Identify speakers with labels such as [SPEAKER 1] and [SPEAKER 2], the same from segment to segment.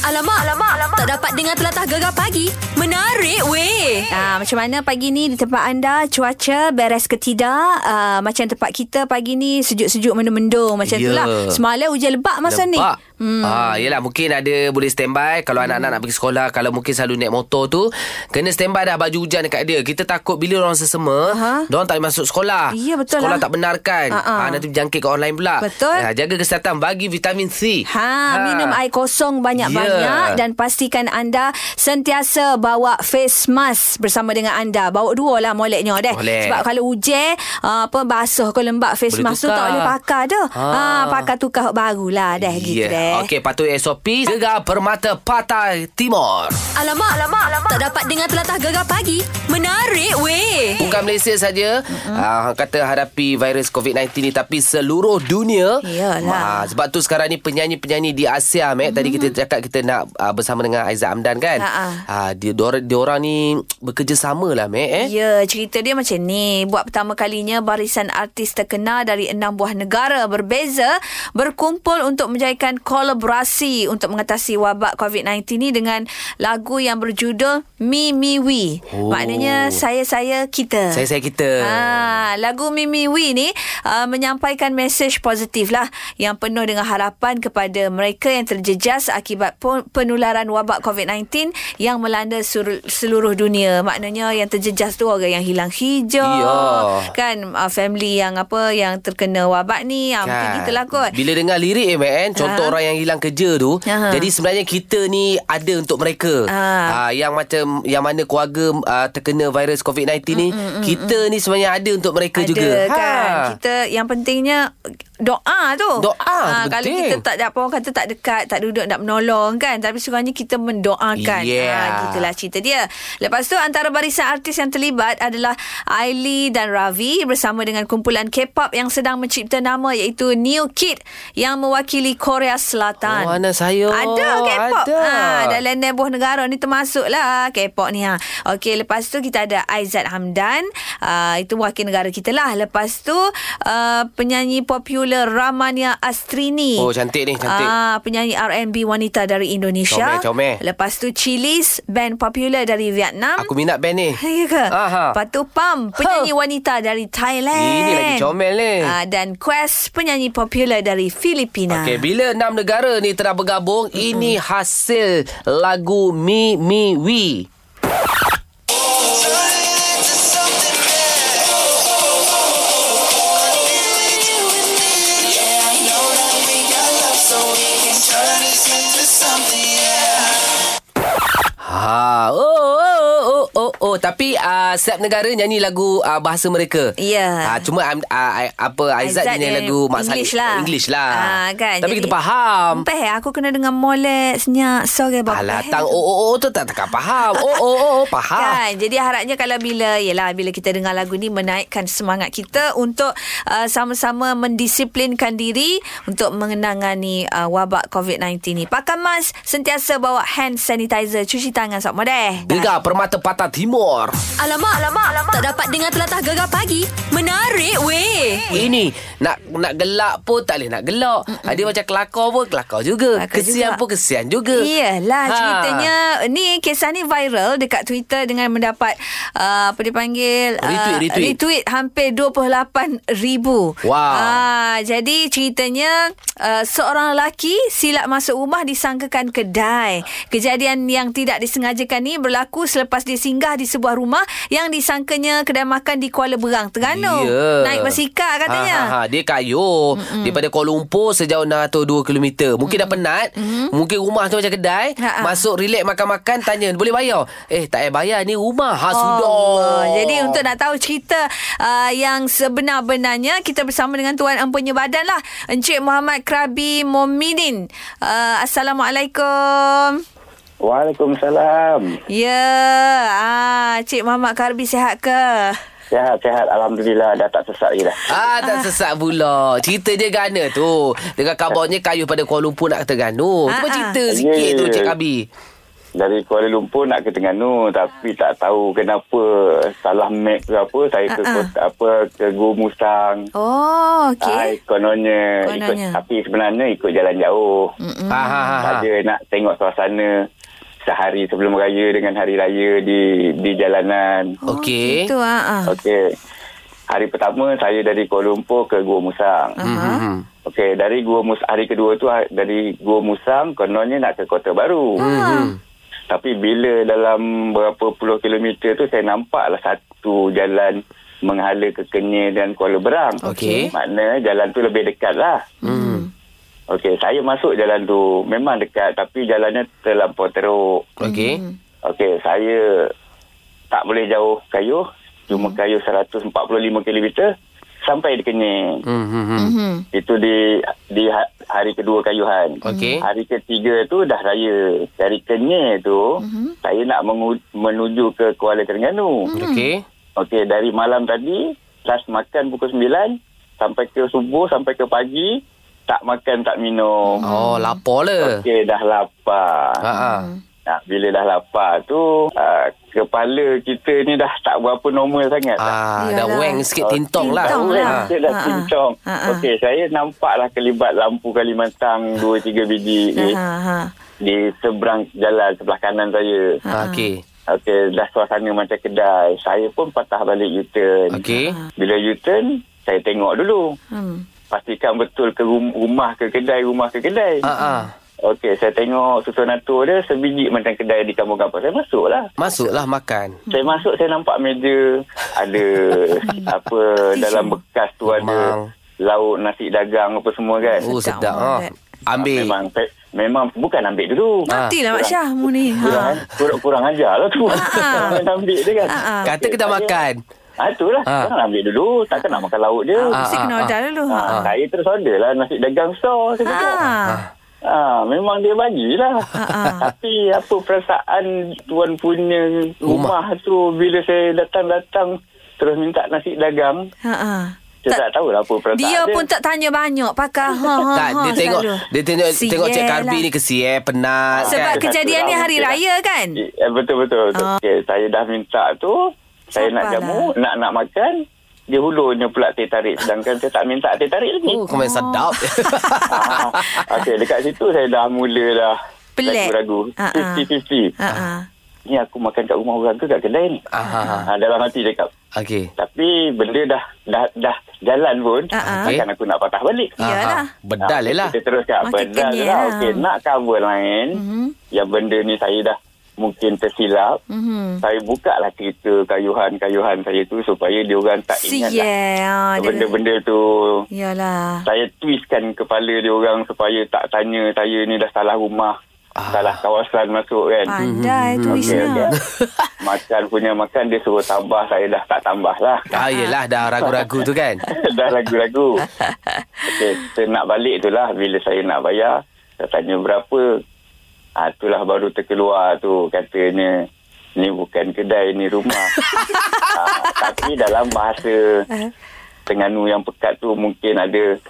[SPEAKER 1] Alamak, alamak, alamak. Tak dapat dengar telatah gegar pagi. Menarik weh.
[SPEAKER 2] Ah, macam mana pagi ni di tempat anda cuaca beres ke tidak? Ah, macam tempat kita pagi ni sejuk-sejuk mendung-mendung macam
[SPEAKER 3] Ya.
[SPEAKER 2] yeah. itulah. Semalam hujan lebat masa ni. Hmm.
[SPEAKER 3] Lepak. Hmm. Ah, yelah mungkin ada boleh standby kalau anak-anak nak pergi sekolah kalau mungkin selalu naik motor tu kena standby dah baju hujan dekat dia. Kita takut bila orang sesama,
[SPEAKER 2] Aha.
[SPEAKER 3] uh-huh. tak boleh masuk sekolah.
[SPEAKER 2] Ya, betul
[SPEAKER 3] sekolah
[SPEAKER 2] lah.
[SPEAKER 3] tak benarkan.
[SPEAKER 2] Ha-ha.
[SPEAKER 3] Ah, nanti berjangkit ke online pula.
[SPEAKER 2] Betul.
[SPEAKER 3] Ah, jaga kesihatan bagi vitamin C. Ah.
[SPEAKER 2] Ha, ha, minum air kosong banyak-banyak
[SPEAKER 3] Ya.
[SPEAKER 2] dan pastikan anda sentiasa bawa face mask bersama dengan anda. Bawa dua lah moleknya deh.
[SPEAKER 3] Molek.
[SPEAKER 2] Sebab kalau hujan uh, apa basuh ke lembab face
[SPEAKER 3] Boleh
[SPEAKER 2] mask tu tak
[SPEAKER 3] tukar.
[SPEAKER 2] boleh pakai dah. Ha,
[SPEAKER 3] Ha.
[SPEAKER 2] pakai tukar barulah deh gitu deh.
[SPEAKER 3] Ya, Okey, patuhi SOP Gegar Permata Pantai Timur.
[SPEAKER 1] Alamak, alamak, alamak. Tak dapat dengar telatah gegar pagi. Menarik weh.
[SPEAKER 3] Bukan Malaysia saja uh, kata hadapi virus COVID-19 ni tapi seluruh dunia.
[SPEAKER 2] Iyalah. Mm-hmm.
[SPEAKER 3] Ah, sebab tu sekarang ni penyanyi-penyanyi di Asia Mac tadi kita cakap kita nak uh, bersama dengan Aizat Amdan kan.
[SPEAKER 2] Ha, ha.
[SPEAKER 3] Ah dia diorang, diorang ni bekerjasama lah Mac eh.
[SPEAKER 2] Ya, cerita dia macam ni. Buat pertama kalinya barisan artis terkenal dari enam buah negara berbeza berkumpul untuk menjayakan kolaborasi untuk mengatasi wabak COVID-19 ni dengan lagu yang berjudul Mi Mi We.
[SPEAKER 3] Oh.
[SPEAKER 2] Maknanya saya saya kita.
[SPEAKER 3] Saya-saya kita.
[SPEAKER 2] Ha, lagu Mimi We ni uh, menyampaikan mesej positif lah yang penuh dengan harapan kepada mereka yang terjejas akibat pon- penularan wabak COVID-19 yang melanda sur- seluruh dunia. Maknanya yang terjejas tu orang yang hilang hijau,
[SPEAKER 3] Ya.
[SPEAKER 2] kan uh, family yang apa yang terkena wabak ni, ha,
[SPEAKER 3] Kan.
[SPEAKER 2] mungkin gitulah kot.
[SPEAKER 3] Bila dengar lirik eh Mac eh, contoh
[SPEAKER 2] Ha.
[SPEAKER 3] orang yang hilang kerja tu,
[SPEAKER 2] Ha.
[SPEAKER 3] jadi sebenarnya kita ni ada untuk mereka.
[SPEAKER 2] Ha.
[SPEAKER 3] Ah yang macam yang mana keluarga ah, terkena virus COVID-19 ni, kita ni sebenarnya ada untuk mereka
[SPEAKER 2] ada
[SPEAKER 3] juga. Ha.
[SPEAKER 2] kan kita yang pentingnya doa tu
[SPEAKER 3] Doa,
[SPEAKER 2] Ah, kalau
[SPEAKER 3] penting.
[SPEAKER 2] kita tak apa orang kata tak dekat tak duduk nak menolong kan tapi sekurangnya kita mendoakan Ha,
[SPEAKER 3] Yeah.
[SPEAKER 2] gitulah cerita dia lepas tu antara barisan artis yang terlibat adalah Aili dan Ravi bersama dengan kumpulan K-pop yang sedang mencipta nama iaitu New Kid yang mewakili Korea Selatan
[SPEAKER 3] Oh, anak saya.
[SPEAKER 2] Kan? ada K-pop
[SPEAKER 3] Ada.
[SPEAKER 2] ha, dalam nebuh negara ni termasuklah K-pop ni ha. Okey lepas tu kita ada Aizat Hamdan uh, itu wakil negara kita lah lepas tu uh, penyanyi popular Ramania Astrini
[SPEAKER 3] Oh, cantik ni, cantik.
[SPEAKER 2] Ah, penyanyi R&B wanita dari Indonesia
[SPEAKER 3] Comel, comel.
[SPEAKER 2] lepas tu Chilis band popular dari Vietnam
[SPEAKER 3] Aku minat band ni.
[SPEAKER 2] Ya ke?
[SPEAKER 3] Aha.
[SPEAKER 2] Lepas tu Pam, penyanyi wanita dari Thailand.
[SPEAKER 3] Ini lagi comel ni.
[SPEAKER 2] Ah, dan Quest, penyanyi popular dari Filipina.
[SPEAKER 3] Okey, bila enam negara ni telah bergabung, mm-hmm. ini hasil lagu Mi Mi We. Ha, oh, oh, oh, oh, oh, oh. Tapi uh, setiap negara nyanyi lagu uh, bahasa mereka.
[SPEAKER 2] Ya.
[SPEAKER 3] Ah, cuma um, uh, apa
[SPEAKER 2] Aizat
[SPEAKER 3] Aizat, dia
[SPEAKER 2] dia
[SPEAKER 3] nyanyi lagu Mak Saleh.
[SPEAKER 2] English lah.
[SPEAKER 3] English lah.
[SPEAKER 2] Ah, kan.
[SPEAKER 3] Tapi
[SPEAKER 2] Jadi-
[SPEAKER 3] kita faham.
[SPEAKER 2] Peh, aku kena dengar molek, senyap, sore bapak.
[SPEAKER 3] Alah, tang oh, oh, oh tu tak takkan faham. Oh, oh, oh, oh faham.
[SPEAKER 2] Kan Jadi harapnya kalau bila Yelah bila kita dengar lagu ni Menaikkan semangat kita Untuk uh, sama-sama Mendisiplinkan diri Untuk mengenangani uh, Wabak COVID-19 ni Pakai mask Sentiasa bawa hand sanitizer Cuci tangan sama deh
[SPEAKER 3] Gegar Permata Patah Timur.
[SPEAKER 1] Alamak, alamak, alamak. Tak dapat dengar telatah gegar pagi. Menarik weh.
[SPEAKER 3] Ini nak nak gelak pun tak boleh nak gelak. Mm-mm. Dia macam kelakar pun kelakar juga.
[SPEAKER 2] Kelakar
[SPEAKER 3] kesian
[SPEAKER 2] juga.
[SPEAKER 3] pun kesian juga.
[SPEAKER 2] Iyalah
[SPEAKER 3] Ha.
[SPEAKER 2] ha. ceritanya ni kisah ni viral dekat Twitter dengan mendapat uh, apa dipanggil
[SPEAKER 3] Retweet, retweet.
[SPEAKER 2] retweet hampir 28 ribu.
[SPEAKER 3] Wow.
[SPEAKER 2] Ah, jadi ceritanya uh, seorang lelaki silap masuk rumah disangkakan kedai. Kejadian yang tidak disengajakan ni berlaku selepas dia singgah di sebuah rumah yang disangkanya kedai makan di Kuala Berang, Terengganu.
[SPEAKER 3] Ya.
[SPEAKER 2] Naik basikal katanya.
[SPEAKER 3] Ha, ha, ha. Dia kayu mm-hmm. daripada Kuala Lumpur sejauh 602 km. Mungkin mm-hmm. dah penat, mm-hmm. mungkin rumah tu macam kedai,
[SPEAKER 2] Ha, ha.
[SPEAKER 3] masuk relax makan-makan tanya, boleh bayar? Eh, tak payah bayar ni rumah. Ha sudah.
[SPEAKER 2] Allah. Jadi untuk nak tahu cerita uh, yang sebenar-benarnya kita bersama dengan tuan empunya badan lah Encik Muhammad Krabi Mominin. Uh, Assalamualaikum.
[SPEAKER 4] Waalaikumsalam.
[SPEAKER 2] Ya, yeah. ah Cik Muhammad Krabi sihat ke?
[SPEAKER 4] Sehat-sehat. Alhamdulillah dah tak sesak lagi dah.
[SPEAKER 3] Ah tak sesat pula Cerita dia gana tu Dengan kabarnya kayu pada Kuala Lumpur nak ke Terengganu
[SPEAKER 2] Ah,
[SPEAKER 3] Cuba
[SPEAKER 2] ah.
[SPEAKER 3] cerita sikit
[SPEAKER 4] Ya,
[SPEAKER 3] tu
[SPEAKER 4] ya.
[SPEAKER 3] Cik Kabi
[SPEAKER 4] Dari Kuala Lumpur nak ke Terengganu tapi tak tahu kenapa salah map ke apa saya ke
[SPEAKER 2] Ah, ah.
[SPEAKER 4] kota, apa ke Gua Musang.
[SPEAKER 2] Oh,
[SPEAKER 4] Okay.
[SPEAKER 2] okey.
[SPEAKER 4] kononnya ikut,
[SPEAKER 2] Kononnya.
[SPEAKER 4] tapi sebenarnya ikut jalan jauh.
[SPEAKER 2] Hmm.
[SPEAKER 3] Ha ha ha. ha.
[SPEAKER 4] Saja nak tengok suasana sehari sebelum raya dengan hari raya di di jalanan.
[SPEAKER 3] Okey.
[SPEAKER 2] Itu ah. ah.
[SPEAKER 4] Okey. Hari pertama saya dari Kuala Lumpur ke Gua Musang.
[SPEAKER 3] Mhm.
[SPEAKER 4] Okey, dari Gua Mus hari kedua tu ha- dari Gua Musang kononnya nak ke Kota Baru.
[SPEAKER 2] Ha.
[SPEAKER 4] Hmm. Tapi bila dalam berapa puluh kilometer tu saya nampaklah satu jalan menghala ke Kenyir dan Kuala Berang.
[SPEAKER 3] Okey.
[SPEAKER 4] Makna jalan tu lebih dekat lah. Hmm. Okey, saya masuk jalan tu. Memang dekat tapi jalannya terlampau teruk.
[SPEAKER 3] Okey.
[SPEAKER 2] Hmm,
[SPEAKER 4] Okey, saya tak boleh jauh kayu. Cuma kayu 145 km sampai di Kenyir.
[SPEAKER 3] Mhm.
[SPEAKER 2] Mhm.
[SPEAKER 4] Itu di di ha- hari kedua kayuhan. Hmm.
[SPEAKER 3] Okey.
[SPEAKER 4] Hari ketiga tu dah raya. Dari Kenyir tu, mm-hmm.
[SPEAKER 3] Mhm.
[SPEAKER 4] saya nak mengu- menuju ke Kuala Terengganu.
[SPEAKER 3] Okey.
[SPEAKER 4] Okey, dari malam tadi, last makan pukul 9 sampai ke subuh, sampai ke pagi, tak makan, tak
[SPEAKER 2] Hmm.
[SPEAKER 4] minum.
[SPEAKER 3] Oh, lapor le.
[SPEAKER 4] Okey, dah lapar.
[SPEAKER 3] Ha ha.
[SPEAKER 2] Hmm.
[SPEAKER 4] Nah, bila dah lapar tu, uh, kepala kita ni dah tak berapa normal sangat. dah.
[SPEAKER 3] Ah, dah
[SPEAKER 2] Yalah.
[SPEAKER 3] weng sikit tintong lah.
[SPEAKER 2] Tintong
[SPEAKER 4] Orang
[SPEAKER 2] lah.
[SPEAKER 4] Kita dah
[SPEAKER 2] Ha-ha.
[SPEAKER 4] cincong.
[SPEAKER 2] Ha-ha.
[SPEAKER 4] Okey, saya nampaklah kelibat lampu Kalimantan 2-3 biji
[SPEAKER 2] Ha
[SPEAKER 4] di,
[SPEAKER 2] ha.
[SPEAKER 4] di seberang jalan sebelah kanan saya.
[SPEAKER 3] Ha. Okey.
[SPEAKER 4] Okey, dah suasana macam kedai. Saya pun patah balik U-turn.
[SPEAKER 3] Okey.
[SPEAKER 4] Bila U-turn, saya tengok dulu.
[SPEAKER 2] Hmm.
[SPEAKER 4] Pastikan betul ke rum- rumah ke kedai, rumah ke kedai.
[SPEAKER 3] Ha ah.
[SPEAKER 4] Okey, saya tengok susun atur dia sebiji macam kedai di kampung-kampung. Saya masuklah.
[SPEAKER 3] Masuklah makan.
[SPEAKER 4] Saya masuk saya nampak meja ada apa dalam bekas tu
[SPEAKER 3] Memang.
[SPEAKER 4] ada lauk nasi dagang apa semua kan.
[SPEAKER 3] Oh,
[SPEAKER 2] Sedap
[SPEAKER 3] sedap.
[SPEAKER 2] orang
[SPEAKER 3] Ha.
[SPEAKER 2] that.
[SPEAKER 3] Ambil. Ah.
[SPEAKER 4] Memang pe- memang bukan ambil dulu.
[SPEAKER 2] Mati lah Mak Syah mu ni.
[SPEAKER 4] Kurang,
[SPEAKER 2] Ha.
[SPEAKER 4] kurang, kurang ajar lah tu.
[SPEAKER 2] Ah.
[SPEAKER 4] Jangan ambil dia kan.
[SPEAKER 2] Ah, ah.
[SPEAKER 3] Kata kita
[SPEAKER 4] Saya-
[SPEAKER 3] makan.
[SPEAKER 4] Ah, itulah.
[SPEAKER 3] Ah.
[SPEAKER 4] Jangan ambil dulu. Takkan nak makan lauk dia.
[SPEAKER 2] Ah, Mesti
[SPEAKER 3] Ah,
[SPEAKER 2] kena
[SPEAKER 3] ah,
[SPEAKER 2] order dulu. Ha.
[SPEAKER 4] Ah, Saya terus order lah nasi dagang store. Saya cakap.
[SPEAKER 2] Ha.
[SPEAKER 4] Ah, memang dia bagilah.
[SPEAKER 2] ah.
[SPEAKER 4] Tapi apa perasaan tuan punya
[SPEAKER 3] Rumah.
[SPEAKER 4] rumah, tu bila saya datang-datang terus minta nasi dagang.
[SPEAKER 2] Ha. ha.
[SPEAKER 4] Saya tak, tak tahulah apa perasaan
[SPEAKER 2] Dia pun tak tanya banyak pakar. Ha ha.
[SPEAKER 3] Tak,
[SPEAKER 2] ha,
[SPEAKER 3] dia tengok
[SPEAKER 2] selalu.
[SPEAKER 3] dia tengok tengok Cik
[SPEAKER 2] Sial
[SPEAKER 3] Karbi
[SPEAKER 2] lah.
[SPEAKER 3] ni kesi eh, penat
[SPEAKER 2] Sebab
[SPEAKER 3] kan.
[SPEAKER 4] ke-
[SPEAKER 2] kejadian ni hari raya kan?
[SPEAKER 4] Eh, betul betul. betul.
[SPEAKER 2] Ah.
[SPEAKER 4] Okey, saya dah minta tu, saya
[SPEAKER 2] Sabarlah.
[SPEAKER 4] nak jamu, nak nak makan, dia hulurnya pula teh tarik sedangkan saya tak minta teh tarik lagi.
[SPEAKER 3] Oh, kau main sedap.
[SPEAKER 4] ah, Okey, dekat situ saya dah mula dah
[SPEAKER 2] Pelik.
[SPEAKER 4] ragu-ragu.
[SPEAKER 2] Ah, ah.
[SPEAKER 4] 50-50.
[SPEAKER 2] Ha ha.
[SPEAKER 4] Ni aku makan kat rumah orang ke kat kedai ni?
[SPEAKER 3] Ah, ah.
[SPEAKER 4] Ah, dalam hati cakap.
[SPEAKER 3] Okey.
[SPEAKER 4] Tapi benda dah dah dah jalan pun,
[SPEAKER 2] Ah, ah.
[SPEAKER 4] takkan aku nak patah balik.
[SPEAKER 3] Ah, ah.
[SPEAKER 2] Iyalah.
[SPEAKER 3] Bedal je lah.
[SPEAKER 4] Kita teruskan.
[SPEAKER 2] Makin
[SPEAKER 4] Bedal je
[SPEAKER 2] kenyal
[SPEAKER 4] lah.
[SPEAKER 2] lah.
[SPEAKER 4] Okey, nak cover lain. Mm-hmm. Yang benda ni saya dah mungkin tersilap.
[SPEAKER 2] Mhm.
[SPEAKER 4] Saya buka lah cerita kayuhan-kayuhan saya tu supaya dia orang tak ingat lah
[SPEAKER 2] Sial. ya. ah, dia-
[SPEAKER 4] benda-benda tu.
[SPEAKER 2] Yalah.
[SPEAKER 4] Saya twistkan kepala dia orang supaya tak tanya saya ni dah salah rumah. Ah. Salah kawasan masuk kan.
[SPEAKER 2] Ah, Pandai
[SPEAKER 3] Mhm,
[SPEAKER 2] tu Ha.
[SPEAKER 4] Okey, okey.
[SPEAKER 2] Isna.
[SPEAKER 4] makan punya makan dia suruh tambah. Saya dah tak tambah lah.
[SPEAKER 3] Ah, yelah dah ragu-ragu tu kan.
[SPEAKER 4] dah ragu-ragu. Okay, saya nak balik tu lah bila saya nak bayar. Saya tanya berapa. Ah, itulah baru terkeluar tu katanya. Ni bukan kedai, ni rumah. ah, tapi dalam bahasa Tengganu yang pekat tu mungkin ada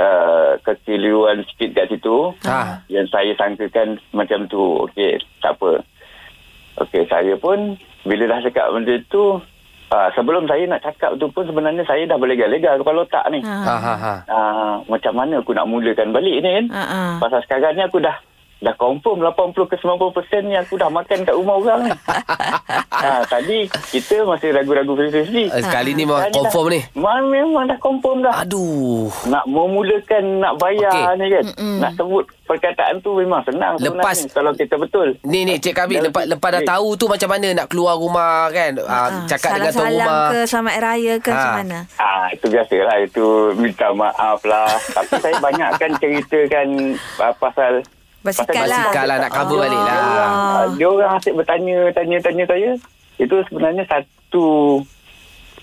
[SPEAKER 4] uh, kekeliruan sikit kat situ.
[SPEAKER 3] Ah.
[SPEAKER 4] Yang saya sangkakan macam tu. Okey, tak apa. Okey, saya pun bila dah cakap benda tu, uh, sebelum saya nak cakap tu pun sebenarnya saya dah berlega-lega kepala otak ni.
[SPEAKER 2] Ha.
[SPEAKER 3] Ha ha ha.
[SPEAKER 4] Uh, macam mana aku nak mulakan balik ni kan?
[SPEAKER 2] Ha, ha.
[SPEAKER 4] Pasal sekarang ni aku dah dah confirm 80 ke 90% ni aku dah makan kat rumah orang ni. ha, tadi kita masih ragu-ragu Ah,
[SPEAKER 3] Eh,
[SPEAKER 4] fifty-fifty.
[SPEAKER 3] Sekali ni memang confirm ni.
[SPEAKER 4] Memang, lah. memang dah confirm dah.
[SPEAKER 3] Aduh.
[SPEAKER 4] Nak memulakan nak bayar
[SPEAKER 3] Okey.
[SPEAKER 4] okay. ni kan. Mm-mm. Nak sebut perkataan tu memang senang
[SPEAKER 3] Lepas-
[SPEAKER 4] sebenarnya kalau kita betul.
[SPEAKER 3] Ni ni Cik Kabi
[SPEAKER 4] Dalam-
[SPEAKER 3] lepas lepas dah tahu tu macam mana nak keluar rumah kan. Ah, cakap dengan tuan
[SPEAKER 2] Ha, Salam-salam
[SPEAKER 3] rumah.
[SPEAKER 2] ke selamat raya ke
[SPEAKER 3] Ha.
[SPEAKER 2] macam mana?
[SPEAKER 4] Ah itu biasalah itu minta maaf lah. Tapi saya banyak kan ceritakan ah, pasal
[SPEAKER 2] Basikal lah.
[SPEAKER 3] Basikal lah, nak cover balik lah.
[SPEAKER 4] Dia orang, ah, dia orang asyik bertanya tanya-tanya saya. Itu sebenarnya satu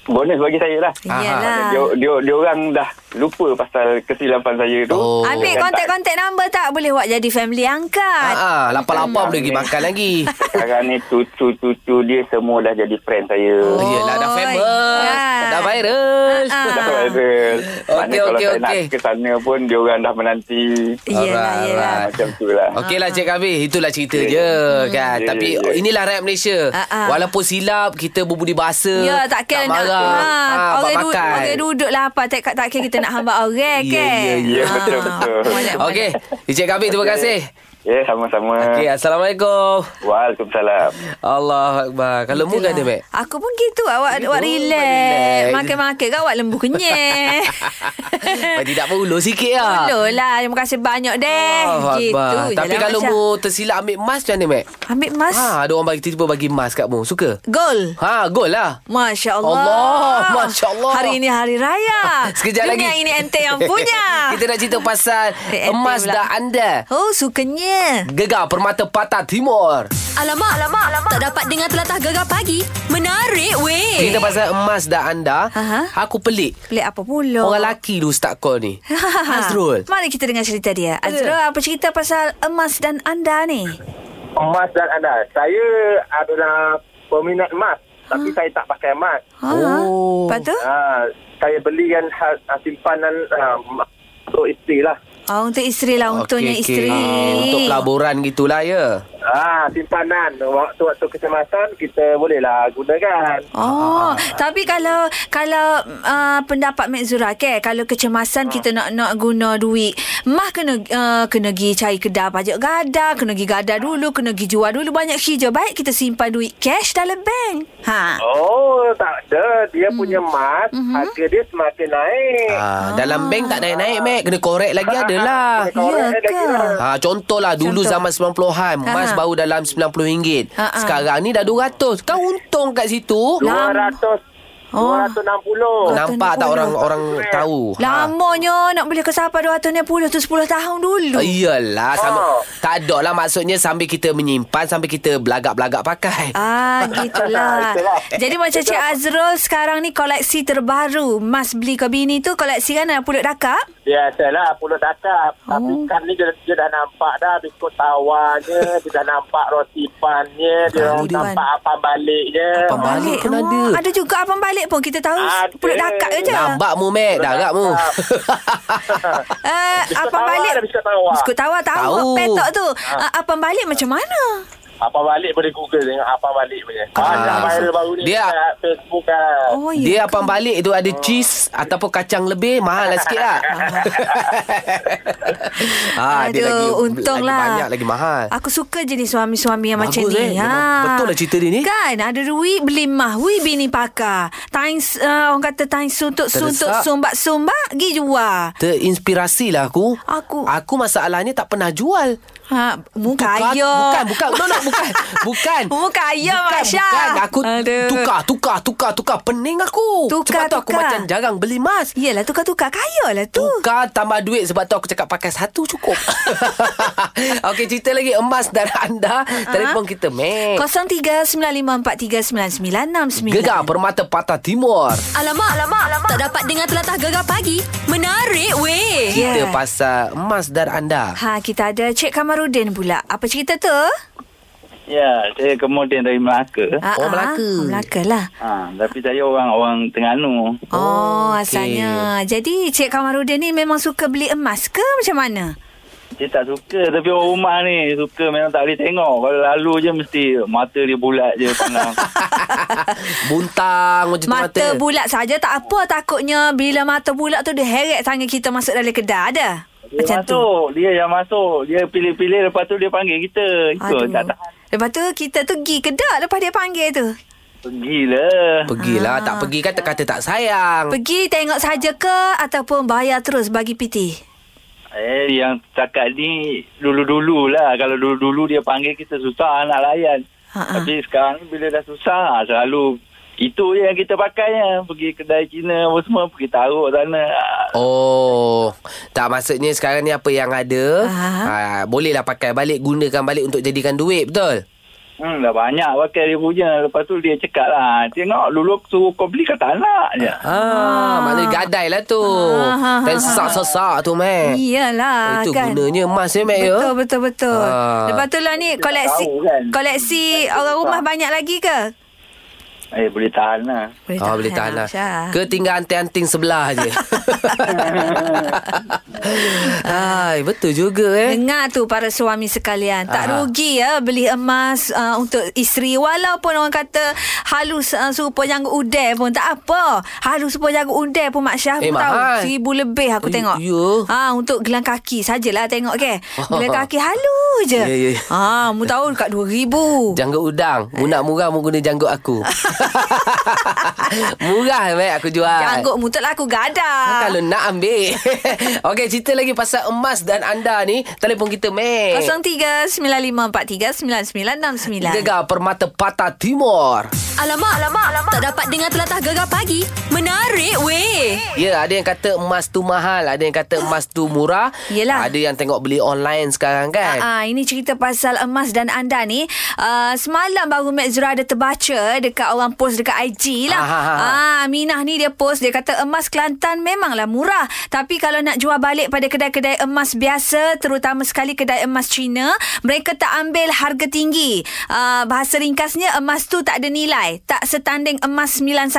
[SPEAKER 4] bonus bagi saya lah.
[SPEAKER 3] Ah,
[SPEAKER 2] Yalah.
[SPEAKER 4] Dia, dia, dia orang dah lupa pasal kesilapan saya tu.
[SPEAKER 3] Oh.
[SPEAKER 2] Ambil kontak-kontak number tak? Boleh awak jadi family angkat.
[SPEAKER 3] Ah, ah, lapar-lapar boleh pergi makan lagi.
[SPEAKER 4] Sekarang ni cucu-cucu dia semua dah jadi friend saya.
[SPEAKER 3] Oh, yelah, dah famous.
[SPEAKER 2] Kan.
[SPEAKER 3] Dah viral.
[SPEAKER 2] Ah, ah.
[SPEAKER 4] Dah viral.
[SPEAKER 3] Okey,
[SPEAKER 4] Maknanya kalau
[SPEAKER 3] okey,
[SPEAKER 4] saya nak
[SPEAKER 3] okey.
[SPEAKER 4] ke sana pun dia orang dah menanti.
[SPEAKER 2] Yelah,
[SPEAKER 3] Alright,
[SPEAKER 2] yelah.
[SPEAKER 3] alright.
[SPEAKER 4] Macam tu lah.
[SPEAKER 3] Okey lah Cik Kavi Itulah cerita
[SPEAKER 4] Ya.
[SPEAKER 3] je kan
[SPEAKER 4] Ya,
[SPEAKER 3] Tapi
[SPEAKER 4] ya, ya.
[SPEAKER 3] inilah rap Malaysia
[SPEAKER 2] Ah, ah.
[SPEAKER 3] Walaupun silap Kita berbudi bahasa
[SPEAKER 2] Ya, tak
[SPEAKER 3] Tak
[SPEAKER 2] kira nak
[SPEAKER 3] marah
[SPEAKER 2] ha,
[SPEAKER 3] ha,
[SPEAKER 2] orang,
[SPEAKER 3] Orang
[SPEAKER 2] du-
[SPEAKER 3] makan
[SPEAKER 2] orang duduk lah apa tak, tak kira kita nak hamba orang
[SPEAKER 3] Ya,
[SPEAKER 2] kan.
[SPEAKER 3] ya,
[SPEAKER 4] ya, betul,
[SPEAKER 2] Ah,
[SPEAKER 4] betul.
[SPEAKER 2] molek, molek.
[SPEAKER 3] Okey Cik Kavi terima kasih
[SPEAKER 4] Ya, sama-sama.
[SPEAKER 3] Okey Assalamualaikum
[SPEAKER 4] Waalaikumsalam.
[SPEAKER 3] Allah Akbar Kalau mu kan dia Mek
[SPEAKER 2] Aku pun gitu Awak,
[SPEAKER 3] Gitu,
[SPEAKER 2] awak relax
[SPEAKER 3] relax.
[SPEAKER 2] Makan-makan kan awak lembu kenyek
[SPEAKER 3] Paling tidak pun ulur sikit lah
[SPEAKER 2] Belum lah Terima kasih banyak deh
[SPEAKER 3] Allah
[SPEAKER 2] Eh, Gitu
[SPEAKER 3] Akbar.
[SPEAKER 2] je
[SPEAKER 3] Oh, Tapi
[SPEAKER 2] lah,
[SPEAKER 3] kalau
[SPEAKER 2] Masya.
[SPEAKER 3] mu tersilap ambil emas macam mana Mek?
[SPEAKER 2] Ambil mas
[SPEAKER 3] Ha, ada orang bagi tiba-tiba bagi emas kat mu Suka?
[SPEAKER 2] Gol
[SPEAKER 3] Ha, gol lah
[SPEAKER 2] Masya Allah
[SPEAKER 3] Allah, Masya Allah.
[SPEAKER 2] Hari ini hari raya
[SPEAKER 3] Sekejap
[SPEAKER 2] Dunia
[SPEAKER 3] lagi
[SPEAKER 2] ini ente yang punya
[SPEAKER 3] Kita nak cerita pasal
[SPEAKER 2] Eh, ente
[SPEAKER 3] Emas
[SPEAKER 2] pula.
[SPEAKER 3] dah anda
[SPEAKER 2] Oh sukanya
[SPEAKER 3] Gegar Permata
[SPEAKER 2] Eh.
[SPEAKER 3] Patah Timur
[SPEAKER 1] Alamak, alamak, alamak. Tak dapat dengar telatah gegar pagi. Menarik weh.
[SPEAKER 3] Cerita pasal emas dah anda
[SPEAKER 2] Aha. Oh.
[SPEAKER 3] Aku pelik
[SPEAKER 2] Pelik apa pula
[SPEAKER 3] Orang lelaki dulu start call ni Azrul
[SPEAKER 2] Mari kita dengar cerita dia Azrul apa cerita pasal emas dan anda ni
[SPEAKER 5] Emas dan anda. Saya adalah peminat emas.
[SPEAKER 2] Ah.
[SPEAKER 5] Tapi saya tak pakai emas.
[SPEAKER 2] ha?
[SPEAKER 3] Oh.
[SPEAKER 2] Lepas tu
[SPEAKER 5] Ha, saya belikan ha, ha, simpanan ha, emas untuk isteri lah.
[SPEAKER 2] oh, Untuk isteri lah Untuknya
[SPEAKER 3] Okey, okey.
[SPEAKER 2] isteri
[SPEAKER 3] Ah, Untuk pelaburan gitulah ya
[SPEAKER 5] Ha, simpanan. Waktu-waktu kecemasan, kita bolehlah gunakan.
[SPEAKER 3] Ah,
[SPEAKER 2] Oh, tapi kalau kalau uh, pendapat Mek Zura ke, kalau kecemasan kita nak nak guna duit, mah kena uh, kena gi cari kedai pajak gada, kena gi gada dulu, kena gi jual dulu banyak hijau. Baik kita simpan duit cash dalam bank. Ha.
[SPEAKER 5] Oh, tak ada. Dia
[SPEAKER 2] Hmm.
[SPEAKER 5] punya emas,
[SPEAKER 2] Mhm.
[SPEAKER 5] harga dia semakin naik.
[SPEAKER 3] ah, Dalam bank tak naik-naik Mac Kena korek lagi adalah
[SPEAKER 5] Kena korek
[SPEAKER 2] ya
[SPEAKER 5] lagi
[SPEAKER 2] ke?
[SPEAKER 5] lah.
[SPEAKER 3] Ha, contohlah dulu
[SPEAKER 2] Contoh.
[SPEAKER 3] zaman 90-an Emas
[SPEAKER 2] Aha. Ha,
[SPEAKER 3] baru dalam RM90
[SPEAKER 2] Ha-ha.
[SPEAKER 3] Sekarang ni dah RM200 Kau untung kat
[SPEAKER 2] Lah,
[SPEAKER 3] situ
[SPEAKER 2] Lama.
[SPEAKER 5] 200,
[SPEAKER 2] Oh.
[SPEAKER 5] 260.
[SPEAKER 3] Nampak
[SPEAKER 2] Betul.
[SPEAKER 3] tak orang orang tahu Ha.
[SPEAKER 2] Lamanya nak beli kesapa 210 tu 10 tahun
[SPEAKER 3] Ah,
[SPEAKER 2] dulu.
[SPEAKER 3] Iyalah sama,
[SPEAKER 5] Ah.
[SPEAKER 3] Tak ada lah maksudnya Sambil kita menyimpan Sampai kita belagak-belagak pakai
[SPEAKER 2] Ah, gitulah.
[SPEAKER 5] Itulah.
[SPEAKER 2] Jadi macam Cik Azrul sekarang ni koleksi terbaru. Mas beli ke bini tu koleksi kan pulut dakap?
[SPEAKER 5] Biasalah pulut dakap. Oh. Tapi kan ni dia, dia dah nampak dah biskut tawarnya, dia dah nampak roti pannya, dia
[SPEAKER 2] Tahu
[SPEAKER 5] dah
[SPEAKER 2] dia.
[SPEAKER 5] nampak apam baliknya.
[SPEAKER 3] Apam balik pun ada.
[SPEAKER 2] Oh, Ada juga abang balik pun. Kita tahu
[SPEAKER 5] Ada.
[SPEAKER 2] pulut dakak ke je.
[SPEAKER 3] Nampak mu Mac Darat mu
[SPEAKER 2] Uh,
[SPEAKER 5] Biskut
[SPEAKER 2] abang
[SPEAKER 5] tawar
[SPEAKER 2] balik.
[SPEAKER 5] ada biskut Ah. tawar.
[SPEAKER 2] Biskut tawar tahu.
[SPEAKER 3] Tahu.
[SPEAKER 2] Petok tu. Uh, abang balik macam mana?
[SPEAKER 5] Ah. Apam balik boleh google tengok apam balik punya.
[SPEAKER 3] Ah.
[SPEAKER 5] Ah, dah viral baru ni
[SPEAKER 3] Dia-
[SPEAKER 5] kat Facebook kan.
[SPEAKER 2] Oh, ya.
[SPEAKER 3] Dia apam balik tu ada cheese Ataupun kacang lebih Mahal lah sikit lah ha, Dia lagi,
[SPEAKER 2] Aduh, untunglah.
[SPEAKER 3] lagi banyak Lagi mahal
[SPEAKER 2] Aku suka jenis suami-suami yang
[SPEAKER 3] Bagus,
[SPEAKER 2] macam ni. ha.
[SPEAKER 3] eh. Betul lah cerita dia ni.
[SPEAKER 2] Kan, ada duit beli mah, wi bini pakar. Tain uh, orang kata tain suntuk suntuk
[SPEAKER 3] Terdesak.
[SPEAKER 2] sumbak-sumbak gi jual.
[SPEAKER 3] Terinspirasi lah aku
[SPEAKER 2] Aku-
[SPEAKER 3] Aku masalahnya tak pernah jual
[SPEAKER 2] Ha, mu kaya.
[SPEAKER 3] Bukan, bukan. No, no, bukan. Bukan.
[SPEAKER 2] Mu kaya,
[SPEAKER 3] bukan,
[SPEAKER 2] Masya.
[SPEAKER 3] bukan. Aku
[SPEAKER 2] Aduh.
[SPEAKER 3] tukar, tukar, tukar, tukar. Pening aku.
[SPEAKER 2] Tukar,
[SPEAKER 3] sebab tu aku
[SPEAKER 2] tukar.
[SPEAKER 3] macam jarang beli emas.
[SPEAKER 2] Yelah, tukar-tukar kaya lah tu.
[SPEAKER 3] Tukar tambah duit sebab tu aku cakap pakai satu cukup. Okey, cerita lagi emas dan anda. Telefon kita, Mac.
[SPEAKER 2] 0395439969.
[SPEAKER 3] Gegar Permata Patah Timur.
[SPEAKER 1] Alamak, alamak, alamak. Tak dapat dengar telatah gegar pagi. Menarik weh.
[SPEAKER 3] Cerita
[SPEAKER 2] Yeah.
[SPEAKER 3] pasal emas dan anda.
[SPEAKER 2] Ha, kita ada Cik Kamarudin pula. Apa cerita tu?
[SPEAKER 6] Ya, saya kemudian dari Melaka.
[SPEAKER 2] Ha, ha,
[SPEAKER 3] Orang Melaka.
[SPEAKER 2] orang Melaka lah.
[SPEAKER 5] Ah.
[SPEAKER 6] Ha, tapi saya orang orang Terengganu.
[SPEAKER 2] Oh,
[SPEAKER 3] okey.
[SPEAKER 2] asalnya. Jadi Cik Kamarudin ni memang suka beli emas ke macam mana?
[SPEAKER 6] Dia tak suka tapi orang rumah ni suka memang tak boleh tengok. Kalau lalu je mesti mata dia bulat je pandang.
[SPEAKER 3] Buntang macam tu mata.
[SPEAKER 2] Mata bulat saja tak apa takutnya bila mata bulat tu dia heret tangan kita masuk dalam kedai ada.
[SPEAKER 6] Dia
[SPEAKER 2] macam tu.
[SPEAKER 6] masuk, dia yang masuk. Dia pilih-pilih lepas tu dia panggil kita. Itu
[SPEAKER 2] Aduh.
[SPEAKER 6] tak tahan.
[SPEAKER 2] Lepas tu kita tu pergi kedai lepas dia panggil tu.
[SPEAKER 6] Pergilah.
[SPEAKER 3] Pergilah, tak pergi kan kata tak sayang.
[SPEAKER 2] Ah. Pergi tengok saja ke ataupun bayar terus bagi piti.
[SPEAKER 6] Eh, yang setakat ni dulu-dulu lah. Kalau dulu-dulu dia panggil kita susah nak layan.
[SPEAKER 2] Ha-ha.
[SPEAKER 6] Tapi sekarang ni bila dah susah, ha, selalu itu je yang kita pakainya. Pergi kedai Cina apa semua, pergi taruh sana. Ha,
[SPEAKER 3] Oh, tak maksudnya sekarang ni apa yang ada,
[SPEAKER 2] Ah.
[SPEAKER 3] ah, bolehlah pakai balik, gunakan balik untuk jadikan duit, betul?
[SPEAKER 4] Hmm, dah banyak pakai dia punya. Lepas tu dia cakap lah. Tengok dulu aku suruh kau beli kau tak nak je.
[SPEAKER 3] Ah, maknanya gadai lah tu.
[SPEAKER 2] Ah, ah,
[SPEAKER 3] Dan sesak-sesak tu, Mac. Ah,
[SPEAKER 2] Iyalah
[SPEAKER 3] Eh. Oh, Itu
[SPEAKER 2] kan.
[SPEAKER 3] gunanya emas ya, Mac, ya?
[SPEAKER 2] Betul betul betul.
[SPEAKER 3] Ah.
[SPEAKER 2] Lepas tu lah ni koleksi
[SPEAKER 4] tahu kan.
[SPEAKER 2] koleksi orang rumah banyak lagi ke?
[SPEAKER 4] Eh, boleh tahan lah.
[SPEAKER 3] Boleh oh, boleh tahan lah. Ke tinggal anting-anting sebelah je. Hai, betul juga eh.
[SPEAKER 2] Dengar tu para suami sekalian Tak
[SPEAKER 3] Aha.
[SPEAKER 2] rugi ya Beli emas uh, Untuk isteri Walaupun orang kata Halus uh, serupa janggut udai pun Tak apa Halus serupa janggut udai pun Mak Syah
[SPEAKER 3] Eh,
[SPEAKER 2] eh, tahu
[SPEAKER 3] mahal.
[SPEAKER 2] Seribu lebih aku
[SPEAKER 3] Eh,
[SPEAKER 2] tengok
[SPEAKER 3] ya.
[SPEAKER 2] ha, Untuk gelang kaki sajalah tengok ke Gelang kaki halus je
[SPEAKER 3] Ya, ya, ya.
[SPEAKER 2] ha, Mu tahu dekat dua ribu
[SPEAKER 3] Janggut udang.
[SPEAKER 2] Eh.
[SPEAKER 3] Mu nak murah, mu guna janggut aku. murah, Mac, aku jual.
[SPEAKER 2] Janggut mu tu lah aku
[SPEAKER 3] Ah,
[SPEAKER 2] gadah
[SPEAKER 3] Kalau nak ambil Okey cerita lagi pasal emas dan anda ni Telefon kita meh
[SPEAKER 2] 0395439969
[SPEAKER 3] Gegar Permata Patah Timur
[SPEAKER 7] Alamak, alamak, alamak. Tak dapat dengar telatah gegar pagi. Menarik weh.
[SPEAKER 3] Ya ada yang kata emas tu mahal Ada yang kata emas tu murah
[SPEAKER 2] Yelah.
[SPEAKER 3] Ada yang tengok beli online sekarang kan
[SPEAKER 2] Ah, ini cerita pasal emas dan anda ni. Uh, semalam baru Mek Zura ada terbaca dekat orang post dekat IG lah.
[SPEAKER 3] Ah,
[SPEAKER 2] Ah,
[SPEAKER 3] ah,
[SPEAKER 2] Minah ni dia post dia kata emas Kelantan memanglah murah. Tapi kalau nak jual balik pada kedai-kedai emas biasa, terutama sekali kedai emas Cina, mereka tak ambil harga tinggi. Uh, bahasa ringkasnya emas tu tak ada nilai. Tak setanding emas 916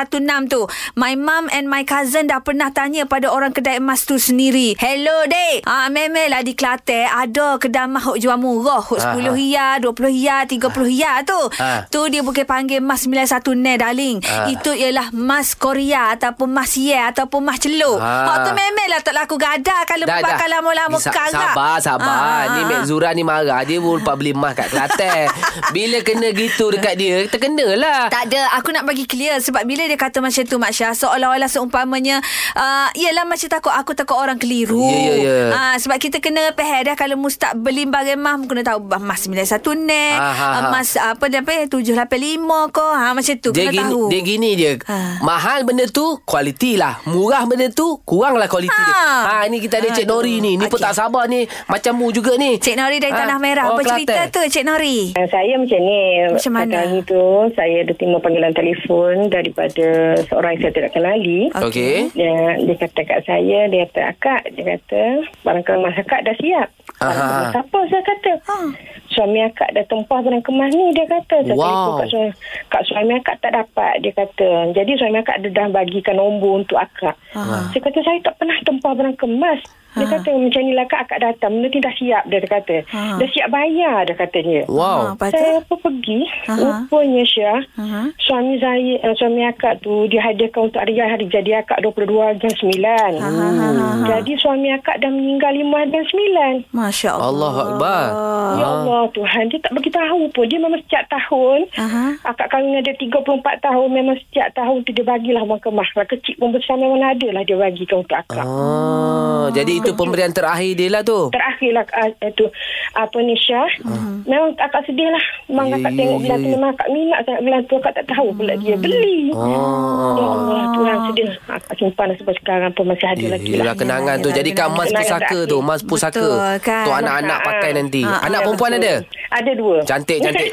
[SPEAKER 2] tu. My mum and my cousin dah pernah tanya pada orang kedai emas tu sendiri. Hello dek. Ah, memel lah di Kelantan ada kedai emas hok jual murah. Hok
[SPEAKER 3] Ah,
[SPEAKER 2] 10 hia, 20 hia, 30 hia tu.
[SPEAKER 3] Ah.
[SPEAKER 2] Tu dia bukan panggil emas 91 ne darling.
[SPEAKER 3] Ah.
[SPEAKER 2] Itu ialah emas Korea ataupun emas ye ataupun emas celuk.
[SPEAKER 3] Ah.
[SPEAKER 2] Hok tu memel lah tak laku gadah kalau
[SPEAKER 3] Dah,
[SPEAKER 2] bakal
[SPEAKER 3] dah.
[SPEAKER 2] lama-lama Ah,
[SPEAKER 3] Ni sa-
[SPEAKER 2] karak.
[SPEAKER 3] Sabar, sabar. Ni Mek Zura ni marah. Dia pun lupa beli emas kat Kelantan. Bila kena gitu dekat dia, lah. kita kenalah.
[SPEAKER 2] Tak ada. Aku nak bagi clear sebab bila dia kata macam tu Mak Syah, seolah-olah seumpamanya uh, ialah macam takut aku takut orang keliru.
[SPEAKER 3] Ya, ya, ya.
[SPEAKER 2] Ah, sebab kita kena faham dah kalau mustak beli barang mah kena tahu bah, mas 91 nek,
[SPEAKER 3] Ah, ah, ah.
[SPEAKER 2] mas apa dia apa 785 ko. Ha macam tu
[SPEAKER 3] Dia
[SPEAKER 2] kena
[SPEAKER 3] gini,
[SPEAKER 2] tahu.
[SPEAKER 3] dia gini je.
[SPEAKER 2] Ha.
[SPEAKER 3] Mahal benda tu, kualiti lah. Murah benda tu, kuranglah kualiti
[SPEAKER 2] Ha.
[SPEAKER 3] dia. Ha, ni kita ada Cik
[SPEAKER 2] Aduh.
[SPEAKER 3] Nori ni. Ni pun
[SPEAKER 2] Ah, Okey.
[SPEAKER 3] tak sabar ni. Macam mu juga ni.
[SPEAKER 2] Cik Nori dari
[SPEAKER 3] Ha,
[SPEAKER 2] Tanah Merah.
[SPEAKER 3] orang
[SPEAKER 2] Apa cerita
[SPEAKER 3] Kelantan.
[SPEAKER 2] tu Cik Nori?
[SPEAKER 8] Uh, Saya macam ni.
[SPEAKER 2] Macam mana?
[SPEAKER 8] Pada hari tu, saya ada terima panggilan telefon daripada seorang yang saya tidak kenali.
[SPEAKER 3] Okey.
[SPEAKER 8] Dia, dia kata kat saya, dia kata, akak, dia kata, barang kemas akak dah siap. Barang
[SPEAKER 3] Aha.
[SPEAKER 8] kemas apa, saya kata.
[SPEAKER 2] Ha.
[SPEAKER 8] Suami akak dah tempah barang kemas ni, dia kata. Saya
[SPEAKER 3] Wow.
[SPEAKER 8] telefon kat suami, kat suami akak tak dapat, dia kata. Jadi suami akak dia dah bagikan nombor untuk akak. Saya kata, saya tak pernah tempah barang kemas. Dia kata, macam ni lah kak, akak datang. Benda ni dah siap, dia kata.
[SPEAKER 2] Ha.
[SPEAKER 8] Dah siap bayar, dia kata dia.
[SPEAKER 2] Ha,
[SPEAKER 3] Wow.
[SPEAKER 2] lepas tu?
[SPEAKER 8] Saya pun pergi
[SPEAKER 2] Aha.
[SPEAKER 8] Rupanya Syah
[SPEAKER 2] Aha.
[SPEAKER 8] Suami saya eh, Suami akak tu Dia hadiahkan untuk hari, hari jadi akak 22 jam 9 Jadi suami akak dah meninggal 5 jam 9
[SPEAKER 2] Masya Allah.
[SPEAKER 3] Allah Akbar. Ah.
[SPEAKER 8] Ya Allah Tuhan Dia tak beritahu pun Dia memang setiap tahun
[SPEAKER 2] Aha.
[SPEAKER 8] Akak kahwin ada 34 tahun Memang setiap tahun tu Dia bagilah orang kemah Lah kecil pun besar Memang adalah dia bagikan untuk akak
[SPEAKER 3] Ah, jadi itu pemberian terakhir dia lah tu.
[SPEAKER 8] Terakhirlah uh, itu apa ni Syah. Memang akak sedih lah. Memang
[SPEAKER 3] Ya,
[SPEAKER 8] akak
[SPEAKER 3] ya,
[SPEAKER 8] tengok
[SPEAKER 3] ya,
[SPEAKER 8] gelang tu
[SPEAKER 3] ya.
[SPEAKER 8] memang akak minat sangat gelang tu akak tak tahu pula dia beli. Ya Allah Tuhan sedih. Akak simpan lah sebab sekarang pun masih ada lagi
[SPEAKER 3] Yelah,
[SPEAKER 8] lah.
[SPEAKER 3] kenangan tu.
[SPEAKER 2] yelah,
[SPEAKER 3] Jadikan
[SPEAKER 2] yelah,
[SPEAKER 3] emas
[SPEAKER 8] yelah.
[SPEAKER 3] pusaka tu. Emas pusaka.
[SPEAKER 2] Betul, kan?
[SPEAKER 3] Tu anak-anak pakai nanti.
[SPEAKER 2] Ah,
[SPEAKER 3] Anak
[SPEAKER 8] Ya,
[SPEAKER 3] perempuan
[SPEAKER 8] betul.
[SPEAKER 3] ada?
[SPEAKER 8] Ada dua.
[SPEAKER 3] Cantik, cantik.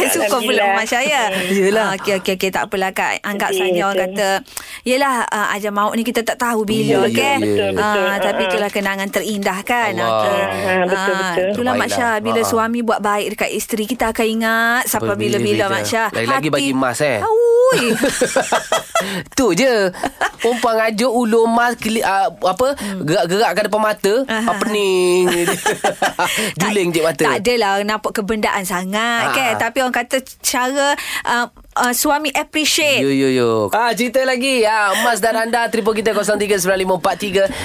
[SPEAKER 2] Eh, suka pula rumah saya.
[SPEAKER 3] Yelah.
[SPEAKER 2] Ah, Okey, okey, okey. Tak apalah, Kak. Anggap
[SPEAKER 8] Betul,
[SPEAKER 2] saja orang
[SPEAKER 8] betul.
[SPEAKER 2] kata, yelah, uh, ajar maut ni kita tak tahu bila,
[SPEAKER 3] Ya, ya,
[SPEAKER 2] kan?
[SPEAKER 3] ya. Betul,
[SPEAKER 8] betul.
[SPEAKER 2] Ah, tapi itulah kenangan terindah, kan?
[SPEAKER 3] Allah.
[SPEAKER 8] Ah, betul,
[SPEAKER 2] Ah,
[SPEAKER 8] betul.
[SPEAKER 2] Itulah, Mak
[SPEAKER 3] Baiklah.
[SPEAKER 2] Syah. Bila
[SPEAKER 3] Ah.
[SPEAKER 2] suami buat baik dekat isteri, kita akan ingat sampai bila-bila, Mak Syah.
[SPEAKER 3] Lagi-lagi
[SPEAKER 2] Hati-
[SPEAKER 3] bagi emas eh.
[SPEAKER 2] Aui.
[SPEAKER 3] tu je. Perempuan ngajuk ulu mas keli, uh, apa gerak-gerakkan depan mata.
[SPEAKER 2] Hmm. Aha.
[SPEAKER 3] Apa ni? Juling je mata.
[SPEAKER 2] Tak adalah nampak kebendaan sangat,
[SPEAKER 3] Ah.
[SPEAKER 2] kan? Tapi orang kata cara... Uh, uh, suami appreciate
[SPEAKER 3] Yo yo yo. Ah cerita lagi. Ah emas dan anda telefon kita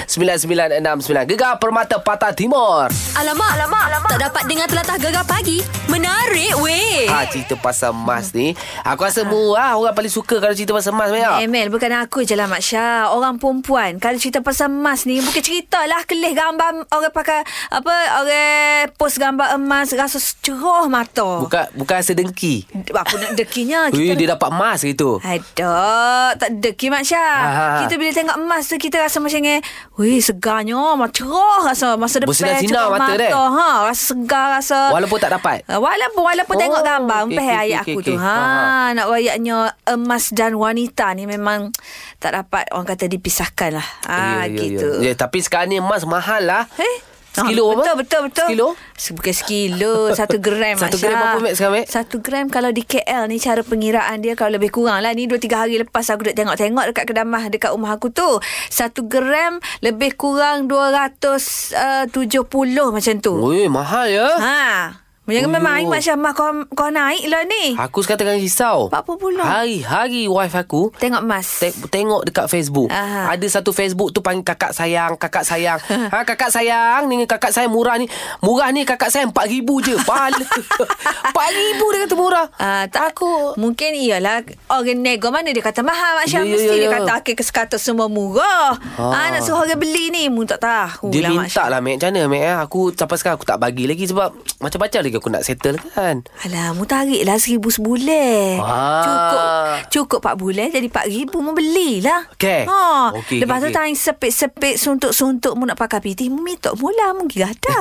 [SPEAKER 3] 0395439969. Gegar Permata Patah Timur.
[SPEAKER 7] Alamak, alamak, alamak. Tak dapat dengar telatah gegar pagi. Menarik weh.
[SPEAKER 3] Ah cerita pasal emas ni. Aku rasa
[SPEAKER 2] Ha.
[SPEAKER 3] murah orang paling suka kalau cerita pasal emas Mel.
[SPEAKER 2] Emel bukan aku je lah Mak Syah Orang perempuan Kalau cerita pasal emas ni Bukan cerita lah Kelih gambar Orang pakai Apa Orang post gambar emas Rasa cerah mata
[SPEAKER 3] Bukan bukan rasa dengki.
[SPEAKER 2] Aku nak dekinya
[SPEAKER 3] Ui, dia dapat emas gitu.
[SPEAKER 2] Aduh, tak ada kimat Syah.
[SPEAKER 3] Ha, ha, ha.
[SPEAKER 2] Kita bila tengok emas tu kita rasa macam ni, weh segarnya, macam cerah rasa masa depan
[SPEAKER 3] Bersinar-sinar mata dia.
[SPEAKER 2] Ha, rasa segar rasa.
[SPEAKER 3] Walaupun tak dapat.
[SPEAKER 2] Ah, Walaupun walaupun
[SPEAKER 3] Oh,
[SPEAKER 2] oh, tengok gambar
[SPEAKER 3] okey,
[SPEAKER 2] okay,
[SPEAKER 3] okey,
[SPEAKER 2] ayat
[SPEAKER 3] okey,
[SPEAKER 2] aku
[SPEAKER 3] okey.
[SPEAKER 2] tu. Ha,
[SPEAKER 3] Ha,
[SPEAKER 2] nak rayaknya emas dan wanita ni memang tak dapat orang kata dipisahkan lah. Ah
[SPEAKER 3] Ya, ya,
[SPEAKER 2] gitu.
[SPEAKER 3] Ya. Ya, tapi sekarang ni emas mahal lah.
[SPEAKER 2] Eh? Ah,
[SPEAKER 3] Sekilo apa?
[SPEAKER 2] Betul, betul, betul.
[SPEAKER 3] Sekilo?
[SPEAKER 2] Se- Bukan sekilo. Satu gram. Mak
[SPEAKER 3] Satu gram
[SPEAKER 2] Syah.
[SPEAKER 3] berapa, Mat, sekarang, Mat?
[SPEAKER 2] Satu gram kalau di KL ni cara pengiraan dia kalau lebih kurang lah. Ni dua tiga hari lepas aku duk tengok-tengok dekat kedamah dekat rumah aku tu. Satu gram lebih kurang 270 macam tu.
[SPEAKER 3] Ui, mahal ya. Ha?
[SPEAKER 2] Ha. Macam
[SPEAKER 3] Oh. Ha.
[SPEAKER 2] memang Aimat Syah mah kau, kau naik lah ni.
[SPEAKER 3] Aku sekarang tengah risau.
[SPEAKER 2] Apa pula?
[SPEAKER 3] Hari-hari wife aku
[SPEAKER 2] Tengok mas.
[SPEAKER 3] te- tengok dekat Facebook.
[SPEAKER 2] Aha.
[SPEAKER 3] Ada satu Facebook tu panggil kakak sayang, kakak sayang. ha, kakak sayang dengan kakak saya murah ni. Murah ni kakak saya RM4,000 je. Pahala. RM4,000 dia kata murah.
[SPEAKER 2] Ah, tak aku mungkin iyalah orang nego mana dia kata mahal Mak Syah
[SPEAKER 3] Ya, ya,
[SPEAKER 2] mesti
[SPEAKER 3] ya,
[SPEAKER 2] dia
[SPEAKER 3] ya.
[SPEAKER 2] kata akhir ke sekatus semua murah.
[SPEAKER 3] Ah.
[SPEAKER 2] Ah. nak suruh orang beli ni mu tak tahu
[SPEAKER 3] Dia
[SPEAKER 2] Mak
[SPEAKER 3] minta
[SPEAKER 2] Syah.
[SPEAKER 3] lah Mac Macam mana Mac eh? Aku sampai sekarang Aku tak bagi lagi Sebab macam-macam lagi Aku nak settle kan
[SPEAKER 2] Alah, mu tarik lah seribu sebulan.
[SPEAKER 3] Ah.
[SPEAKER 2] Cukup cukup empat bulan jadi empat ribu mu belilah.
[SPEAKER 3] Okey.
[SPEAKER 2] Ha.
[SPEAKER 3] Okey,
[SPEAKER 2] Lepas
[SPEAKER 3] okey,
[SPEAKER 2] tu tang sepit-sepit suntuk-suntuk mu nak pakai piti mu minta mula mu gigada.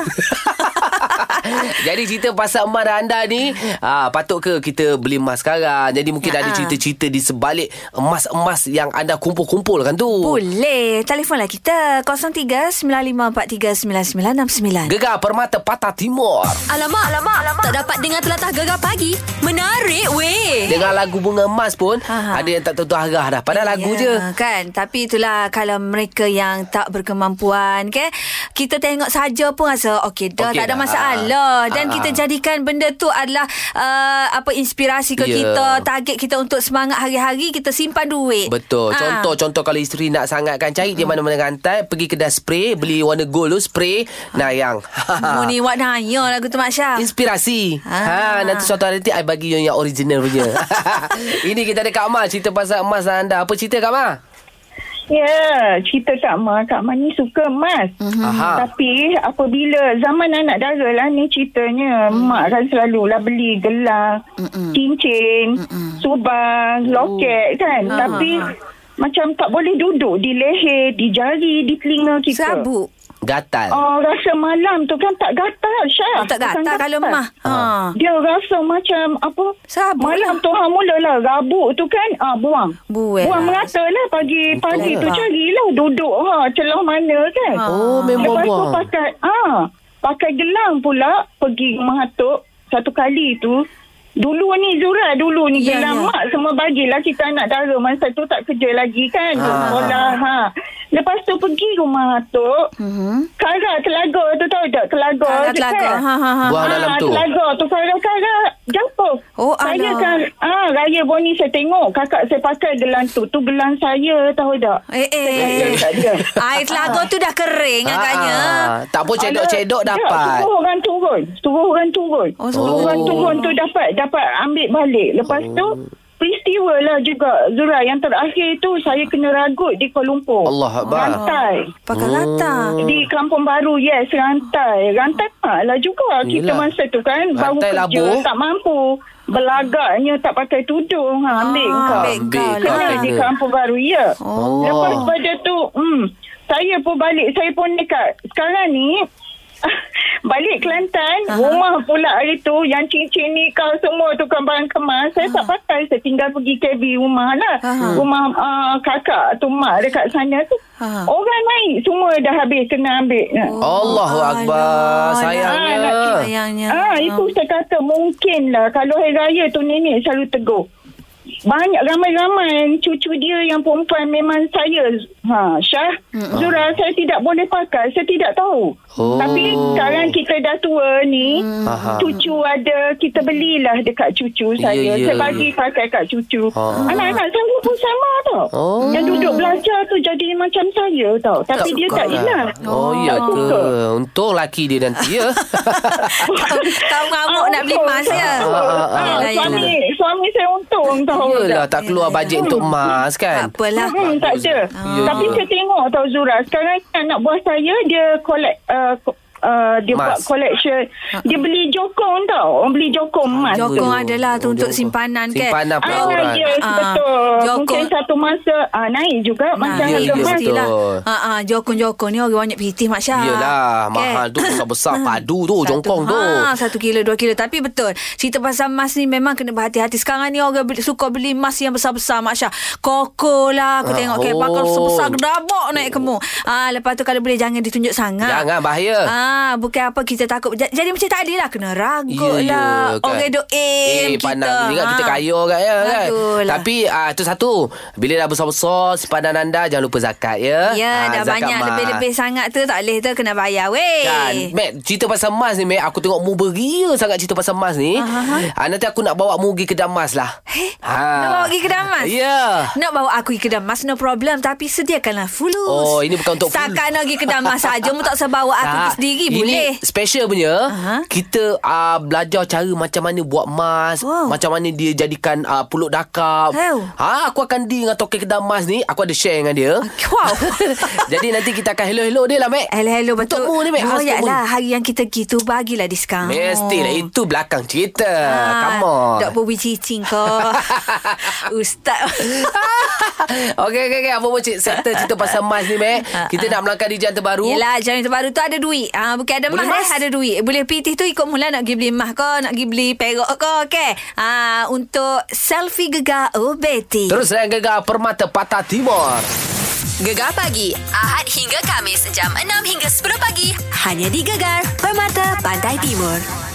[SPEAKER 3] Jadi cerita pasal emas dan anda ni ah, Patut ke kita beli emas sekarang Jadi mungkin ada
[SPEAKER 2] Ha-ha.
[SPEAKER 3] cerita-cerita Di sebalik emas-emas Yang anda kumpul-kumpulkan tu
[SPEAKER 2] Boleh. Telefonlah kita 0395439969.
[SPEAKER 3] Gegar Permata Patah Timur
[SPEAKER 1] Alamak, alamak, alamak. Tak dapat dengar telatah gegar pagi. Menarik
[SPEAKER 2] Eh.
[SPEAKER 1] weh.
[SPEAKER 3] Dengar lagu Bunga Emas pun
[SPEAKER 2] Ha-ha.
[SPEAKER 3] Ada yang tak tentu arah dah Padahal lagu je
[SPEAKER 2] Ha, Ya, Kan Tapi itulah Kalau mereka yang Tak berkemampuan kan? Kita tengok saja pun Rasa okey dah
[SPEAKER 3] Okey
[SPEAKER 2] okay Tak ada
[SPEAKER 3] dah.
[SPEAKER 2] masalah Dan
[SPEAKER 3] Ah,
[SPEAKER 2] kita
[SPEAKER 3] ah.
[SPEAKER 2] jadikan Benda tu adalah uh, Apa inspirasi ke
[SPEAKER 3] Ya.
[SPEAKER 2] kita Target kita untuk Semangat hari-hari Kita simpan duit
[SPEAKER 3] Betul.
[SPEAKER 2] Ah. Hmm.
[SPEAKER 3] Contoh contoh kalau isteri nak sangatkan cari dia mana-mana rantai, pergi kedai spray, beli warna gold tu spray,
[SPEAKER 2] Ah.
[SPEAKER 3] nayang.
[SPEAKER 2] Mu ni awak nanya lah lagu tu Mak Syah
[SPEAKER 3] Inspirasi ha.
[SPEAKER 2] Ah.
[SPEAKER 3] Nanti suatu hari nanti I bagi you yang original punya Ini kita ada Kak Amar Cerita pasal emas dan anda Apa cerita Kak Amar?
[SPEAKER 9] Ya, cerita Kak Ma. Kak Ma ni suka emas.
[SPEAKER 2] Mhm. Ha.
[SPEAKER 3] Aha.
[SPEAKER 9] Tapi apabila zaman anak dara lah ni ceritanya.
[SPEAKER 2] Hmm.
[SPEAKER 9] Mak kan selalulah beli gelang, cincin, subang,
[SPEAKER 2] Oh.
[SPEAKER 9] loket kan.
[SPEAKER 2] Ha,
[SPEAKER 9] Tapi macam tak boleh duduk di leher, di jari, di telinga kita.
[SPEAKER 2] Serabut
[SPEAKER 3] Gatal
[SPEAKER 9] Oh, rasa malam tu kan tak gatal, Syah.
[SPEAKER 2] Oh, tak
[SPEAKER 9] Bukan
[SPEAKER 2] gatal kalau mah
[SPEAKER 3] Ah.
[SPEAKER 2] ha.
[SPEAKER 9] Dia rasa macam apa?
[SPEAKER 2] Sabuk
[SPEAKER 9] Malam
[SPEAKER 2] lah.
[SPEAKER 9] tu ha mulalah rabuk tu kan ah buang.
[SPEAKER 2] Buang.
[SPEAKER 9] Buang merata lah pagi pagi tu
[SPEAKER 2] lah.
[SPEAKER 9] carilah duduk ha celah mana kan.
[SPEAKER 2] Ah.
[SPEAKER 3] Oh memang
[SPEAKER 9] Lepas tu
[SPEAKER 3] buang
[SPEAKER 9] pakai ah pakai gelang pula pergi rumah atuk satu kali tu Dulu ni Zura dulu ni
[SPEAKER 2] Ya,
[SPEAKER 9] yeah, gelang
[SPEAKER 2] ya.
[SPEAKER 9] mak semua bagilah kita anak dara masa tu tak kerja
[SPEAKER 2] Ah.
[SPEAKER 9] lagi kan ha. sekolah ha. Lepas tu pergi rumah atuk
[SPEAKER 2] Mhm.
[SPEAKER 9] Kara telaga tu tahu tak telaga
[SPEAKER 2] Kara
[SPEAKER 9] tu
[SPEAKER 2] telaga
[SPEAKER 9] kan?
[SPEAKER 2] ha, ha, ha.
[SPEAKER 3] Buang
[SPEAKER 9] Ah,
[SPEAKER 3] dalam tu
[SPEAKER 9] Telaga tu kara-kara jatuh.
[SPEAKER 2] Oh,
[SPEAKER 9] saya
[SPEAKER 2] alah.
[SPEAKER 9] kan ah raya boni saya tengok kakak saya pakai gelang tu. Tu gelang saya tahu tak?
[SPEAKER 2] Eh eh
[SPEAKER 9] Tak ada.
[SPEAKER 2] Air telaga tu dah kering agaknya
[SPEAKER 3] kan. Ah, ah. Tak pun cedok-cedok
[SPEAKER 9] Alah,
[SPEAKER 3] dapat
[SPEAKER 9] tak, Ya, Suruh orang turun. Suruh orang turun.
[SPEAKER 2] Oh,
[SPEAKER 9] suruh
[SPEAKER 2] suruh
[SPEAKER 9] orang
[SPEAKER 3] orang
[SPEAKER 9] turun tu dapat dapat ambil balik. Lepas tu
[SPEAKER 3] Oh.
[SPEAKER 9] peristiwa lah juga Zura yang terakhir tu saya kena ragut di Kuala Lumpur.
[SPEAKER 3] Allah Akbar
[SPEAKER 9] Rantai.
[SPEAKER 3] Oh.
[SPEAKER 2] Pakai latar
[SPEAKER 9] Di Kampung Baru yes rantai rantai mak lah juga kita
[SPEAKER 3] Yelah.
[SPEAKER 9] masa tu kan baru
[SPEAKER 3] Rantai
[SPEAKER 9] kerja
[SPEAKER 3] labu.
[SPEAKER 9] tak mampu belagaknya tak pakai tudung ha,
[SPEAKER 2] Ah,
[SPEAKER 9] ambil kau
[SPEAKER 2] ambil kau lah.
[SPEAKER 3] Ambil
[SPEAKER 9] kena
[SPEAKER 3] kau
[SPEAKER 9] di
[SPEAKER 3] kena.
[SPEAKER 9] Kampung Baru ya
[SPEAKER 3] Oh.
[SPEAKER 9] lepas pada tu hmm, saya pun balik saya pun dekat sekarang ni balik Kelantan
[SPEAKER 2] Aha.
[SPEAKER 9] rumah pula hari tu yang cincin ni kau semua tu kan barang kemas saya tak pakai saya tinggal pergi KB rumah lah
[SPEAKER 2] Aha.
[SPEAKER 9] rumah uh, kakak tu mak dekat sana tu
[SPEAKER 2] Aha. Oh.
[SPEAKER 9] orang naik semua dah habis kena ambil
[SPEAKER 3] Allahu Akbar
[SPEAKER 2] alah.
[SPEAKER 3] Sayangnya
[SPEAKER 2] Sayangnya.
[SPEAKER 9] Ah, itu saya kata mungkin lah kalau hari raya tu nenek selalu tegur. Banyak ramai-ramai cucu dia yang perempuan memang saya ha Syah Zura saya tidak boleh pakai saya tidak tahu.
[SPEAKER 3] Oh.
[SPEAKER 9] Tapi sekarang kita dah tua ni
[SPEAKER 3] Faham.
[SPEAKER 9] cucu ada kita belilah dekat cucu
[SPEAKER 3] Ya,
[SPEAKER 9] saya.
[SPEAKER 3] ya.
[SPEAKER 9] Saya bagi pakai kat cucu.
[SPEAKER 3] Ha.
[SPEAKER 9] Anak-anak saya pun sama tau.
[SPEAKER 3] Oh.
[SPEAKER 9] Yang duduk belajar tu jadi macam saya tau. Tapi dia tak ingat.
[SPEAKER 3] Oh, ya ke
[SPEAKER 9] Tak suka.
[SPEAKER 3] Untung laki dia nanti ya
[SPEAKER 2] Tahu tahu ngamuk
[SPEAKER 9] Ah,
[SPEAKER 2] nak beli
[SPEAKER 9] untung,
[SPEAKER 2] emas ya.
[SPEAKER 9] tak apa.
[SPEAKER 3] Ah, ah,
[SPEAKER 9] Ah,
[SPEAKER 2] Yelah,
[SPEAKER 9] Suami
[SPEAKER 2] yelah.
[SPEAKER 9] Suami saya untung tahu
[SPEAKER 3] Yelah
[SPEAKER 9] tak
[SPEAKER 3] tak keluar bajet untuk emas kan
[SPEAKER 2] Tak apalah.
[SPEAKER 9] Hmm, tak ada.
[SPEAKER 3] Ya,
[SPEAKER 9] Tapi
[SPEAKER 3] ya.
[SPEAKER 9] kan saya tengok tau Zura. Sekarang ni anak buah saya dia collect uh, uh, dia
[SPEAKER 3] Mas.
[SPEAKER 9] mas. buat collection.
[SPEAKER 2] Ah.
[SPEAKER 9] Dia beli jokong tau. Orang beli jokong emas tu.
[SPEAKER 2] Jokong adalah tu untuk simpanan, kan?
[SPEAKER 3] Simpanan
[SPEAKER 9] Ah,
[SPEAKER 3] perauran.
[SPEAKER 9] yes,
[SPEAKER 2] Ah,
[SPEAKER 9] betul.
[SPEAKER 2] jokong.
[SPEAKER 9] Mungkin satu masa ah, naik juga masa
[SPEAKER 3] ya,
[SPEAKER 9] harga
[SPEAKER 3] ya,
[SPEAKER 9] emas.
[SPEAKER 3] betul.
[SPEAKER 2] Ha ah jokong-jokong ni orang banyak pitih Mak Syah. Kan? Ah.
[SPEAKER 3] Yelah, mahal tu besar-besar padu tu,
[SPEAKER 2] Satu-
[SPEAKER 3] jongkong tu.
[SPEAKER 2] Ha, satu kilo, dua kilo. Tapi betul. Cerita pasal emas ni memang kena berhati-hati. Sekarang ni orang beli, suka beli emas yang besar-besar, Mak Syah. Koko lah. Aku
[SPEAKER 3] Ah,
[SPEAKER 2] tengok kan.
[SPEAKER 3] oh.
[SPEAKER 2] Bakal sebesar gedabak naik kemu. Ha, lepas tu kalau boleh jangan ditunjuk sangat.
[SPEAKER 3] Jangan bahaya.
[SPEAKER 2] Ah, bukan apa kita takut. Ja- Jadi macam tak adil lah. Kena ragut
[SPEAKER 3] Ya,
[SPEAKER 2] lah.
[SPEAKER 3] ya, kan.
[SPEAKER 2] Orang duk aim
[SPEAKER 3] Eh,
[SPEAKER 2] kita.
[SPEAKER 3] pandang kita, ingat kita
[SPEAKER 2] Ha.
[SPEAKER 3] kaya kan ya kan.
[SPEAKER 2] Adulah.
[SPEAKER 3] Tapi ah tu satu. Bila dah besar-besar simpanan anda jangan lupa zakat ya.
[SPEAKER 2] Ya,
[SPEAKER 3] Ah,
[SPEAKER 2] dah
[SPEAKER 3] zakat
[SPEAKER 2] banyak.
[SPEAKER 3] emas.
[SPEAKER 2] Lebih-lebih sangat tu tak boleh tu. Kena bayar. Weh.
[SPEAKER 3] Kan Mac Cerita pasal emas ni Mac Aku tengok mu beria sangat Cerita pasal emas ni
[SPEAKER 2] Aha.
[SPEAKER 3] ha, Nanti aku nak bawa mu pergi kedai emas lah
[SPEAKER 2] Eh,
[SPEAKER 3] Ha.
[SPEAKER 2] Nak bawa pergi kedai mas?
[SPEAKER 3] Ya yeah.
[SPEAKER 2] Nak bawa aku pergi kedai mas, no problem. Tapi sediakanlah fulus.
[SPEAKER 3] Oh, ini bukan untuk fulus.
[SPEAKER 2] Sakan nak pergi kedai mas saja. Mu tak usah bawa aku pergi sendiri,
[SPEAKER 3] ini
[SPEAKER 2] boleh?
[SPEAKER 3] special punya
[SPEAKER 2] Aha.
[SPEAKER 3] Kita uh, belajar cara macam mana buat emas
[SPEAKER 2] Wow.
[SPEAKER 3] Macam mana dia jadikan uh, pulut dakap
[SPEAKER 2] Oh.
[SPEAKER 3] ha, Aku akan deal dengan token kedai emas ni Aku ada share dengan dia
[SPEAKER 2] Wow.
[SPEAKER 3] Jadi nanti kita akan hello-hello dia lah Mac
[SPEAKER 2] Hello, hello. Betul.
[SPEAKER 3] Untuk mu ni Mac ha,
[SPEAKER 2] Oh,
[SPEAKER 3] untuk mu.
[SPEAKER 2] lah. Hari yang kita pergi tu, bagilah diskaun.
[SPEAKER 3] Mestilah lah, itu belakang cerita Come on
[SPEAKER 2] Ah. Tak perlu cicing kau. Ustaz.
[SPEAKER 3] Okey okey okey apa pun cik sektor cerita pasal emas ni meh. Kita nak melangkah di jalan terbaru.
[SPEAKER 2] Ah, Yelah, jalan terbaru tu ada duit. Ah, bukan ada
[SPEAKER 3] Boleh
[SPEAKER 2] mah, eh,
[SPEAKER 3] mas?
[SPEAKER 2] ada duit. Boleh pitih tu ikut mula nak pergi beli mah kau, nak pergi beli perak kau, okey. Ah, untuk selfie gegar oh Betty.
[SPEAKER 3] Terus dengan gegar permata patah timur.
[SPEAKER 1] Gegar pagi Ahad hingga Kamis jam 6 hingga 10 pagi hanya di Gegar Permata Pantai Timur.